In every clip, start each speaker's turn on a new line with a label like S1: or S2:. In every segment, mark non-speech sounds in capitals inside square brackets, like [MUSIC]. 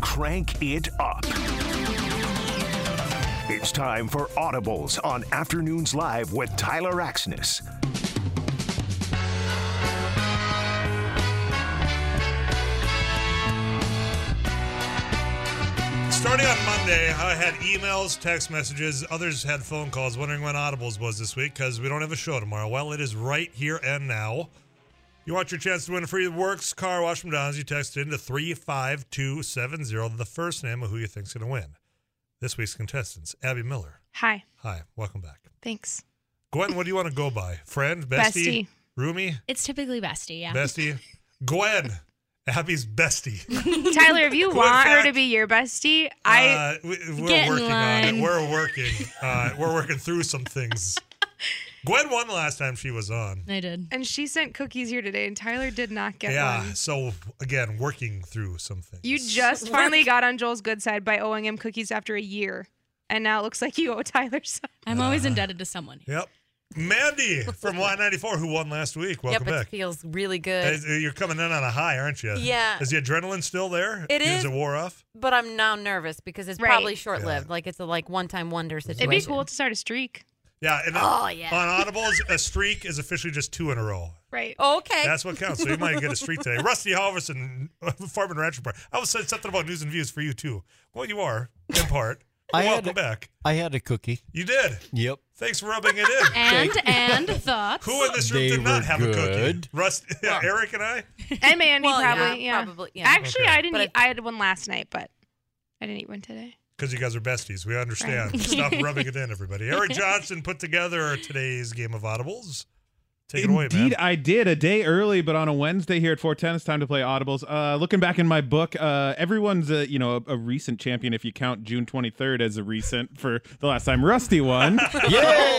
S1: crank it up. It's time for Audibles on Afternoons Live with Tyler Axness.
S2: Starting on Monday, I had emails, text messages, others had phone calls wondering when Audibles was this week because we don't have a show tomorrow. Well, it is right here and now. You want your chance to win a free works car wash from Don's? You text it into 35270, the first name of who you think's going to win. This week's contestants Abby Miller.
S3: Hi.
S2: Hi, welcome back.
S3: Thanks.
S2: Gwen, what do you want to go by? Friend? Bestie?
S3: Bestie.
S2: Roomie?
S4: It's typically bestie, yeah.
S2: Bestie? Gwen, Abby's bestie.
S3: Tyler, if you
S2: Quick
S3: want her
S2: fact.
S3: to be your bestie, I
S2: uh, we, we're
S4: Get in
S2: working on it.
S4: line.
S2: We're working. Uh, we're working through some things.
S5: [LAUGHS]
S2: Gwen won last time she was on.
S4: I did.
S3: and she sent cookies here today and Tyler did not get
S2: yeah.
S3: one.
S2: So again, working through some things.
S3: You just finally got on Joel's good side by owing him cookies after a year. And now it looks like you owe Tyler some.
S4: I'm always indebted to someone.
S2: Yep. Mandy from Y94, who won last week. Welcome
S5: yep,
S2: back.
S5: it feels really good.
S2: Hey, You're coming in on a high, aren't you?
S5: Yeah.
S2: Is the adrenaline still there?
S5: It
S2: Is
S5: is.
S2: it wore off?
S5: but I'm now nervous because it's
S3: Right.
S5: probably short lived. Like it's a like one time wonder
S3: It'd
S5: situation.
S3: be cool to start a streak.
S2: Yeah. And
S5: Oh, yeah.
S2: On Audibles, a streak is officially just two in a row.
S3: Right.
S5: Okay.
S2: That's what counts. So you might get a streak today. Rusty Halverson, [LAUGHS] Farm and Ranch Report. I was saying something about news and views for you too. Well, you are in part.
S6: I had-
S2: Welcome back.
S6: I had a cookie.
S2: You did.
S6: Yep.
S2: Thanks for rubbing it in.
S4: And and thoughts.
S2: Who in this room
S6: They
S2: did not
S6: were
S2: have a cookie?
S6: good.
S2: Rust, [LAUGHS] yeah, Eric and I.
S3: And Mandy
S5: Well, yeah,
S3: probably. Yeah.
S5: probably, yeah.
S3: Actually,
S2: Okay.
S3: I didn't
S5: But I-
S3: eat, I had one last night, but I didn't eat one today.
S2: Because you guys are besties, we understand. Stop rubbing it in, everybody. Eric Johnson put together today's game of audibles. Take it away, man.
S7: Indeed, I did a day early, but on a Wednesday here at 410, it's time to play audibles. Uh, looking back in my book, uh, everyone's a, you know a, a recent champion if you count June 23rd as a recent for the last time
S6: [LAUGHS]
S7: Rusty won.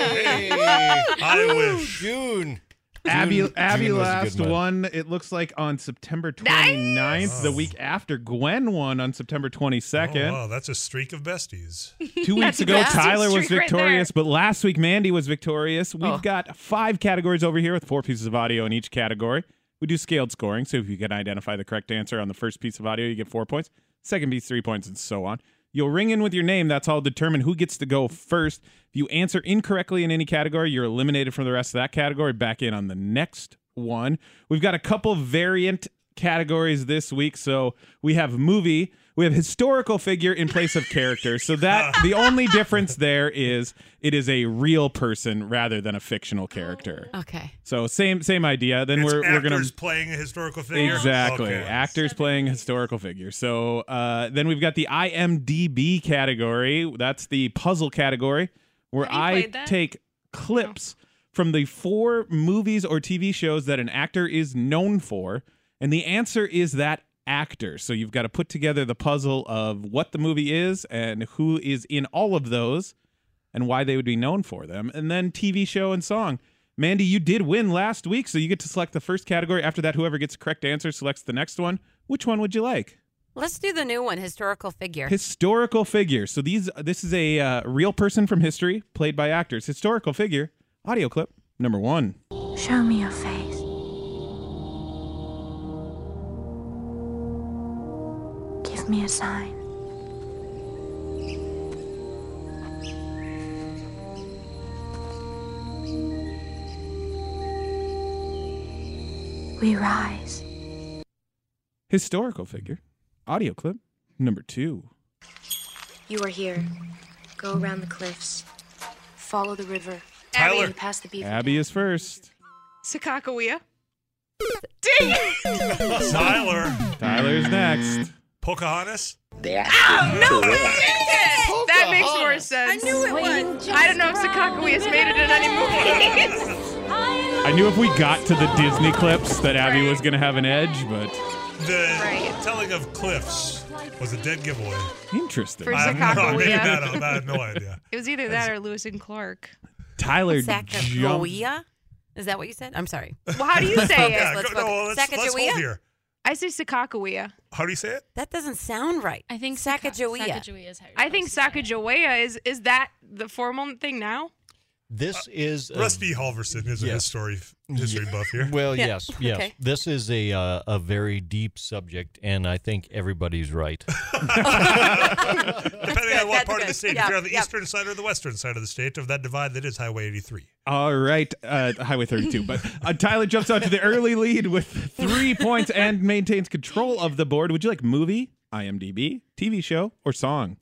S6: Yay!
S2: I wish.
S6: June.
S7: Abby
S6: June-
S7: Abby
S6: June was a good
S7: last
S6: month.
S7: won. It looks like on September 29th,
S2: Nice!
S7: the week after Gwen won on September 22nd.
S2: Oh, wow, that's a streak of besties.
S3: [LAUGHS]
S7: Two weeks
S3: That's
S7: ago,
S3: a
S7: Tyler was
S3: streak right
S7: victorious, but last week Mandy was victorious. We've
S5: Oh.
S7: got five categories over here with four pieces of audio in each category. We do scaled scoring, so if you can identify the correct answer on the first piece of audio, you get four points. Second piece, three points, and so on. You'll ring in with your name. That's how I'll determine who gets to go first. If you answer incorrectly in any category, you're eliminated from the rest of that category. Back in on the next one. We've got a couple variant categories this week. So we have movie, we have historical figure in place of character.
S2: [LAUGHS]
S7: So that the only difference there is it is a real person rather than a fictional character.
S5: okay.
S7: So same same idea. Then
S2: It's
S7: we're we're
S2: actors
S7: gonna
S2: playing a historical figure.
S7: Exactly.
S2: Okay.
S7: Actors playing historical figures. So uh, then we've got the IMDb category. That's the puzzle category where
S3: Have you
S7: I
S3: played that? Oh.
S7: take clips from the four movies or TV shows that an actor is known for. And the answer is that actor. So you've got to put together the puzzle of what the movie is and who is in all of those and why they would be known for them, and then TV show and song. Mandy, you did win last week, so you get to select the first category. After that, whoever gets the correct answer selects the next one. Which one would you like?
S5: Let's do the new one, historical figure.
S7: Historical figure. So these this is a uh, real person from history played by actors. Historical figure. Audio clip number one.
S8: Show me your face. Give me a sign. We rise.
S7: Historical figure. Audio clip number two.
S8: You are here. Go around the cliffs. Follow the river.
S2: Tyler.
S8: And past the beaver.
S7: Abby is first.
S3: Sakakawea.
S2: Tyler,
S7: Tyler's next.
S2: Pocahontas.
S3: That makes more sense. I knew it was. I don't know if Sakakawea's made it in any [LAUGHS] movie.
S7: I knew if we got to the Disney clips that Abby was gonna have an edge, but
S2: The
S3: Right.
S2: telling of cliffs was a dead giveaway.
S7: interesting.
S3: For
S2: I have no, I made
S3: Sakakawea.
S2: that up. I
S5: [LAUGHS]
S2: have no idea.
S3: It was either that or Lewis and Clark.
S7: Tyler jumped.
S5: Sacagawea? Is that what you said? I'm sorry.
S3: Well, how do you say
S2: Yeah,
S3: it?
S5: let's
S2: go, no,
S5: focus.
S2: let's, let's
S5: Sacagawea?
S2: hold here.
S3: I say Sakakawea.
S2: How do you say it?
S5: That doesn't sound right.
S4: I think Saka-
S5: Sacagawea.
S4: Sacagawea is how you're
S3: I think
S4: supposed to say it.
S3: Sacagawea is is that the formal thing now?
S6: This is a-
S9: Um,
S2: Rusty Halverson is a
S6: yeah.
S2: history, history buff
S9: [LAUGHS]
S2: here.
S6: Well, yes, yes.
S5: Okay.
S9: This is a uh, a very deep subject, and I think everybody's right.
S2: [LAUGHS] Depending on
S5: good,
S2: what
S5: that's
S2: part of the
S5: good.
S2: state, if
S5: Yeah,
S2: you're on the
S5: yeah.
S2: eastern side or the western side of the state, of that divide that is Highway 83.
S7: All right, uh, Highway 32. But uh, Tyler jumps out to the early lead with three points and maintains control of the board. Would you like movie, IMDb, TV show, or song?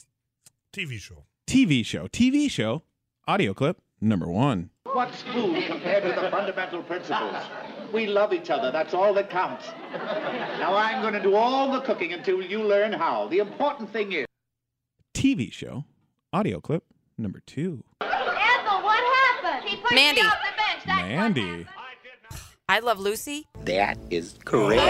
S2: TV show.
S7: TV show. TV show. Audio clip number one.
S10: What's food compared to the fundamental principles? We love each other. That's all that counts. Now I'm going to do all the cooking until you learn how. The important thing is.
S7: TV show. Audio clip number two.
S11: Ethel, what happened? She pushed
S5: Mandy.
S11: me off the bench. That's
S7: Mandy.
S5: I love Lucy. Oh
S10: That is correct.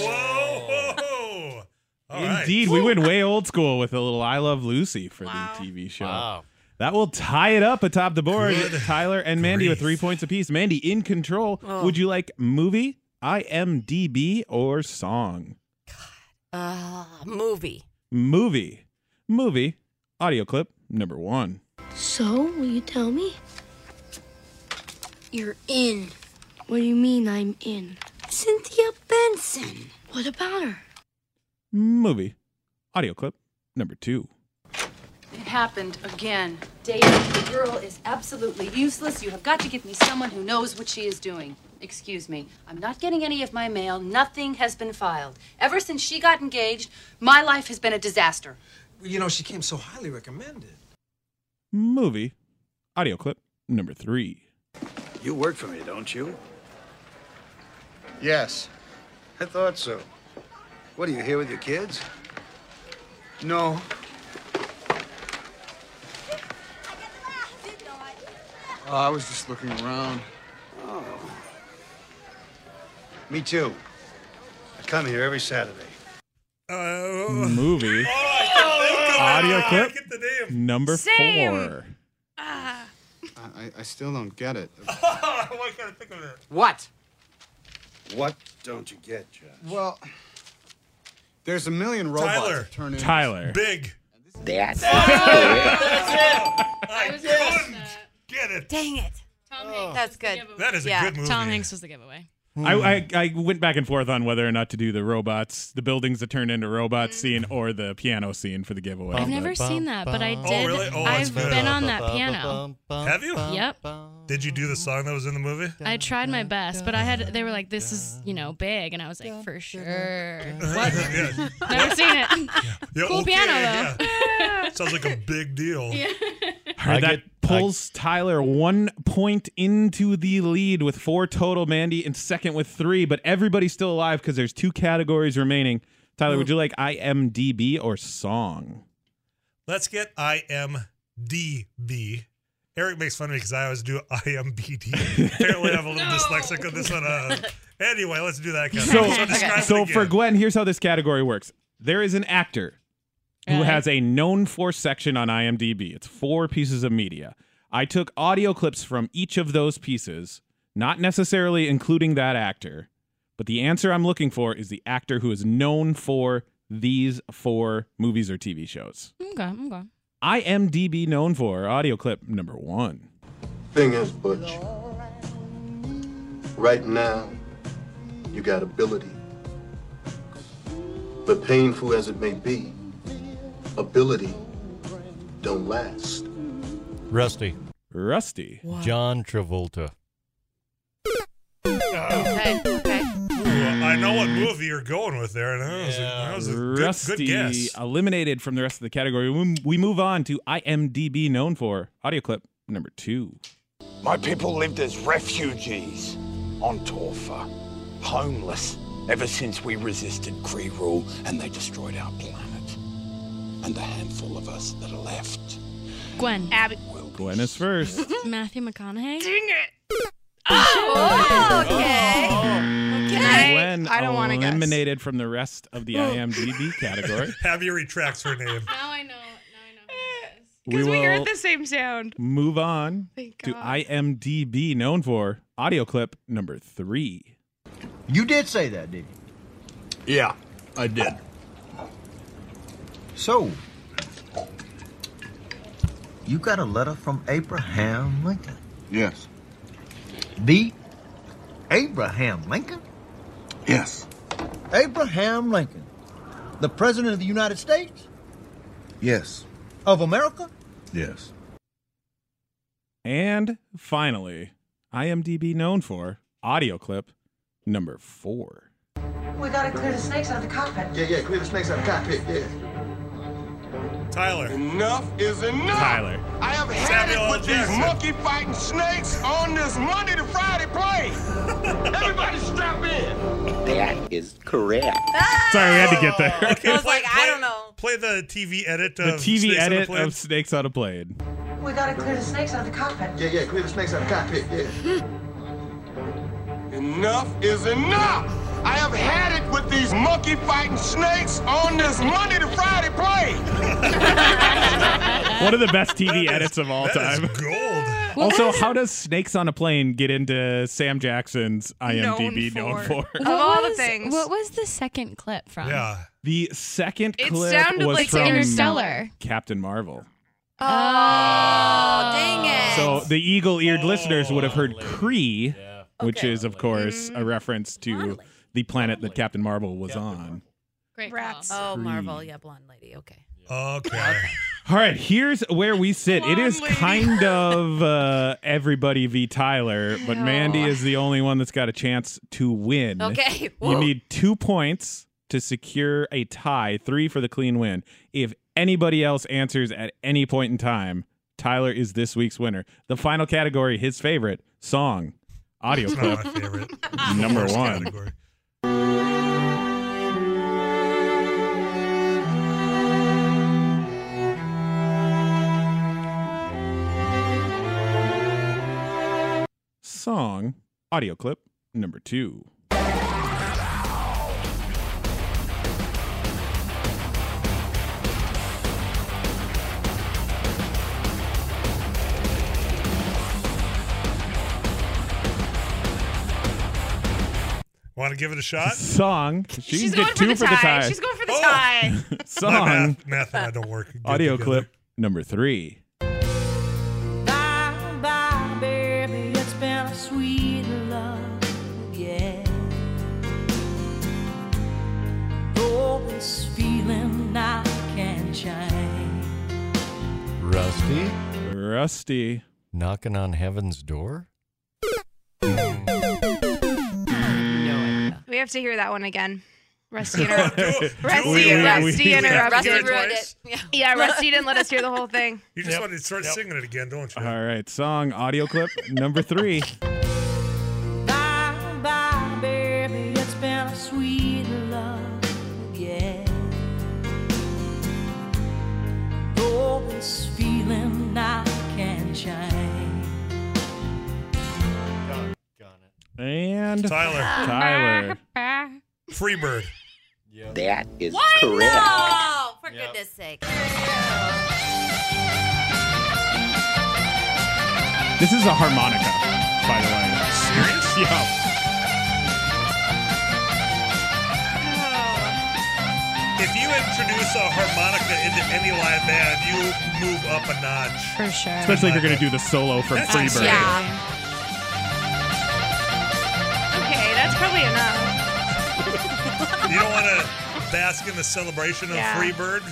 S2: Whoa! whoa. All right.
S7: Indeed, we went way old school with a little I Love Lucy for the TV show. That will tie it up atop the board.
S2: Good
S7: Tyler and Mandy with three
S2: grief.
S7: points apiece. Mandy in control. Would you like movie, IMDb, or song?
S5: Uh, movie.
S7: Movie. Movie. Audio clip number one.
S8: So, will you tell me? You're in. What do you mean I'm in? Cynthia Benson. What about her?
S7: Movie. Audio clip number two.
S11: It happened again.
S4: Dave, the girl is absolutely useless. You have got to give me someone who knows what she is doing. Excuse me. I'm not getting any of my mail. Nothing has been filed. Ever since she got engaged, my life has been a disaster.
S10: You know, she came so highly recommended.
S7: Movie. Audio clip number three.
S10: You work for me, don't you? Yes. I thought so. What are you here with your kids? No. I was just looking around. Oh. Me too. I come here every Saturday.
S2: Uh, [LAUGHS]
S7: Movie. Audio clip
S2: get the name. [LAUGHS]
S7: number
S3: Same.
S7: four.
S10: I, I still don't get it.
S2: Why can't I think of it?
S5: What?
S10: What don't you get, Josh? Well, there's a million
S2: robots Tyler. that
S10: turning.
S7: Tyler.
S2: Big. [LAUGHS] That's it. I couldn't get it.
S5: Dang it.
S4: Tom Hanks.
S5: That's good.
S2: That is
S5: Yeah.
S2: a good movie.
S4: Tom Hanks was the giveaway.
S7: I,
S9: Hmm.
S7: I I went back and forth on whether or not to do the robots, the buildings that turned into robots scene, or the piano scene for the giveaway.
S4: Hmm. I've never seen that, but I did.
S2: really? Oh, that's
S4: I've
S2: good.
S4: been on that piano.
S2: Have you?
S4: Yep.
S2: Did you do the song that was in the movie?
S4: I tried my best, but I had. They were like, "This is, you know, big," and I was like, "For sure."
S2: [LAUGHS]
S4: What?
S2: [LAUGHS] Yeah.
S4: Never
S12: [LAUGHS]
S4: seen it.
S2: Yeah,
S4: Cool
S2: okay,
S4: piano, though.
S2: yeah. [LAUGHS] Sounds like a big deal.
S7: All right,
S9: I
S7: that
S9: get- I-
S7: pulls Tyler one point into the lead with four total, Mandy, and second with three, but everybody's still alive because there's two categories remaining. Tyler,
S4: Hmm.
S7: would you like IMDb or song?
S2: Let's get IMDB. Eric makes fun of me because I always do
S7: [LAUGHS]
S2: IMBD. Apparently, I'm a little dyslexic on this one. Uh, anyway, let's do that. Kind
S7: So,
S2: of. describe it
S7: so for
S2: again.
S7: Glenn, here's how this category works there is an actor who
S4: Right.
S7: has a known for section on IMDb. It's four pieces of media. I took audio clips from each of those pieces, not necessarily including that actor, but the answer I'm looking for is the actor who is known for these four movies or TV shows.
S4: Okay, okay.
S7: IMDb known for audio clip number one.
S10: Thing is, Butch, right now, you got ability. But painful as it may be, ability don't last.
S9: Rusty,
S7: Rusty.
S9: John Travolta.
S5: Okay. Okay.
S2: Well, I know what movie you're going with there, and that was, a- that was a good-
S7: Rusty
S2: good, guess.
S7: eliminated from the rest of the category. We we move on to IMDb known for audio clip number two.
S10: My people lived as refugees on Torfa, homeless ever since we resisted Cree rule and they destroyed our planet. And the handful of us that are left.
S4: Gwen,
S3: Abby.
S7: Gwen is first.
S4: Matthew McConaughey.
S3: Dang it. Oh, [LAUGHS]
S7: Gwen
S3: I don't wanna guess. Oh.
S7: eliminated from the rest of
S3: [LAUGHS]
S7: the IMDb category.
S2: Have you retracts her name?
S4: Now I know. Now I know who it is.
S3: Because
S7: will
S3: we, heard the same sound.
S7: move on
S3: Thank
S7: to
S3: God.
S7: IMDb known for audio clip number three.
S10: You did say that, didn't you? Yeah, I did. So, you got a letter from Abraham Lincoln? Yes.
S13: The Abraham Lincoln?
S10: Yes.
S13: Abraham Lincoln, the President of the United States
S10: Yes.
S13: of America?
S10: Yes.
S7: And finally, IMDb known for audio clip number four.
S14: We gotta clear the snakes out of the cockpit.
S10: Yeah, yeah, clear the snakes out of the cockpit, yeah.
S2: Tyler.
S14: Enough is enough.
S7: Tyler.
S14: I have had it with these monkey fighting snakes on this Monday to Friday plane. Everybody strap in.
S15: That is correct.
S7: Sorry, we had to get there.
S2: I don't know. Play the TV edit.
S7: the
S2: Of
S7: TV
S2: [LAUGHS] Snakes on a
S7: edit
S2: Plane.
S7: of Snakes on
S3: [LAUGHS]
S7: a Plane.
S14: We gotta clear the snakes out of the cockpit.
S10: Yeah, yeah, clear the snakes out of the cockpit, yeah.
S14: [LAUGHS] Enough is enough. I have had it with these monkey fighting snakes on this Monday to Friday plane.
S7: One of the best TV edits of all
S2: that is
S7: time.
S2: gold.
S7: Also, how does Snakes on a Plane get into Sam Jackson's IMDb known for?
S12: What
S3: all the
S12: was-
S3: things.
S12: What was the second clip from?
S7: The second
S12: It
S7: clip
S12: sounded
S7: was
S12: like
S7: from
S12: Interstellar.
S7: Captain Marvel.
S3: Oh.
S5: Oh,
S12: Oh.
S5: dang it.
S7: So the eagle-eared listeners would have heard Cree, which is, of course,
S12: Mm-hmm.
S7: a reference to the planet that Captain Marvel was on.
S5: Great
S3: Rats.
S5: Oh,
S7: Three.
S5: Marvel. Yeah, blonde lady. Okay.
S2: Okay.
S7: All right, here's where we sit. it is kind
S12: [LAUGHS]
S7: of uh, everybody v. Tyler, but Mandy is the only one that's got a chance to win.
S5: Okay,
S7: Oh. You
S5: whoa.
S7: need two points to secure a tie, three for the clean win. If anybody else answers at any point in time, Tyler is this week's winner. The final category, his favorite song,
S2: [LAUGHS]
S7: audio
S2: It's not
S7: clip
S2: my favorite.
S7: number
S2: Worst
S7: one.
S2: category.
S7: Song, audio clip number two.
S2: Want to give it a shot?
S7: Song, she
S2: Uh, She's
S7: can
S2: going
S7: get
S2: for
S7: two
S2: the
S7: for
S2: tie.
S7: the tie. Oh.
S2: She's
S7: [LAUGHS]
S2: going
S3: for the tie.
S7: Song,
S2: My [LAUGHS] math, math and I don't work. good
S7: audio
S2: together.
S7: clip number three.
S16: Bye, bye, baby. It's been a sweet love, yeah. Oh, this feeling I can't change.
S9: Rusty?
S7: Rusty.
S9: Knocking on heaven's door?
S3: We have to hear that one again.
S7: [LAUGHS]
S3: Rusty interrupted.
S2: Do it.
S3: Rusty,
S2: Do it.
S3: Rusty
S2: We- we-
S3: interrupted.
S2: Rusty ruined it.
S12: [LAUGHS]
S3: Yeah. Rusty didn't let us hear the whole thing.
S2: You just want to start singing it again, don't you?
S7: All right, song, audio clip number three.
S2: [LAUGHS]
S16: Bye, bye, baby. It's been a sweet love, yeah. Oh, this feeling I can't change.
S7: And
S2: Tyler.
S7: Tyler.
S2: Freebird.
S15: That is
S5: Why
S15: correct.
S5: no? For goodness sake.
S7: This is a harmonica, by the way. Serious? [LAUGHS] yeah.
S2: If you introduce a harmonica into any live band, you move up a notch.
S12: For sure.
S7: Especially if you're going to do the solo from
S2: That's
S7: Freebird.
S3: [LAUGHS]
S2: Yeah.
S3: Okay, that's probably enough.
S2: You don't want to bask in the celebration of
S3: Yeah.
S2: Freebird.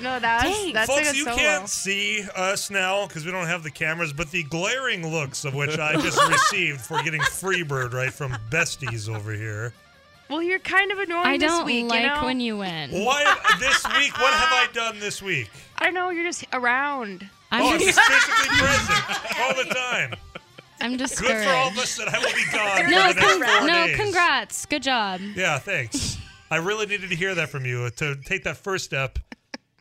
S3: No, that's that's
S2: Folks,
S3: like a
S2: you
S3: solo.
S2: can't see us now because we don't have the cameras, but the glaring looks of which I just received for getting Freebird right from besties over here.
S3: Well, you're kind of annoying
S12: I
S3: this
S12: don't
S3: week,
S12: like
S3: you know?
S12: when you win.
S2: Why this week? What have I done this week?
S3: I don't know. You're just around.
S2: oh, I'm suspiciously present all the time.
S12: I'm
S2: Good for all of
S12: discouraged.
S2: us that I will be gone.
S12: No,
S2: for the next
S12: con-
S2: four
S12: no,
S2: days.
S12: congrats. Good job.
S2: Yeah, thanks. I really needed to hear that from you uh, to take that first step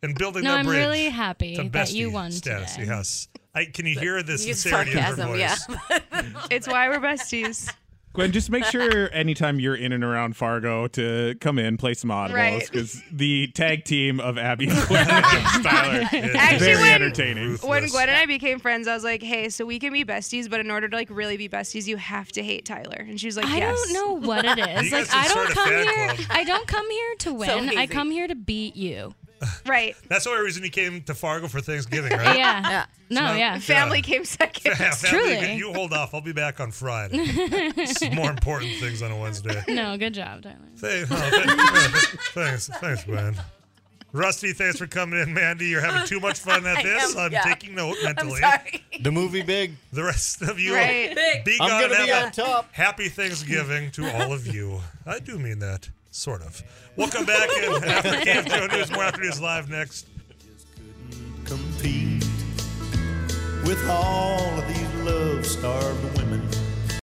S2: in building
S12: No,
S2: that
S12: I'm
S2: bridge.
S12: really happy
S2: to
S12: that you
S2: bestie
S12: won
S2: status.
S12: today.
S2: Yes. I, can you hear the
S5: Use
S2: sincerity in her
S5: sarcasm,
S2: voice?
S5: yeah.
S3: it's why
S2: [LAUGHS]
S3: we're besties.
S7: Gwen, just make sure anytime you're in and around Fargo to come in, play some audibles,
S3: Right.
S7: because the tag team of Abby
S3: [LAUGHS]
S7: and Gwen against Tyler is
S3: Actually,
S7: very
S3: when-
S7: entertaining.
S3: When Gwen and I became friends, I was like, "Hey, so we can be besties, but in order to like really be besties, you have to hate Tyler." And she was like,
S12: I
S3: "Yes."
S12: don't know what it
S3: [LAUGHS] You
S12: is.
S3: guys
S12: like I
S3: should
S12: don't
S3: start a
S12: come
S3: fan
S12: here.
S3: club.
S12: I don't come here to win. I
S3: easy. [LAUGHS]
S12: come here to beat you.
S3: Right.
S2: That's the only reason he came to Fargo for Thanksgiving, right? [LAUGHS]
S12: Yeah. No, yeah.
S3: Family came second.
S2: Yeah, family,
S12: Truly.
S2: You hold off. I'll be back on Friday. It's more important things on a Wednesday.
S12: No, good job, Tyler.
S2: Thanks, oh, thanks, thanks, Ben. Rusty, thanks for coming in. Mandy, you're having too much fun
S14: I
S2: at this.
S14: am,
S2: I'm
S14: yeah.
S2: taking note
S14: I'm
S2: mentally.
S14: sorry.
S2: The movie Big. The rest of you,
S14: Right. Big.
S2: be
S14: I'm
S2: gone
S14: gonna
S2: and
S14: be
S2: have
S14: on
S2: a Happy Thanksgiving to all of you. I do mean that, sort of. Welcome back in after KFJO News. More after news live next.
S17: With all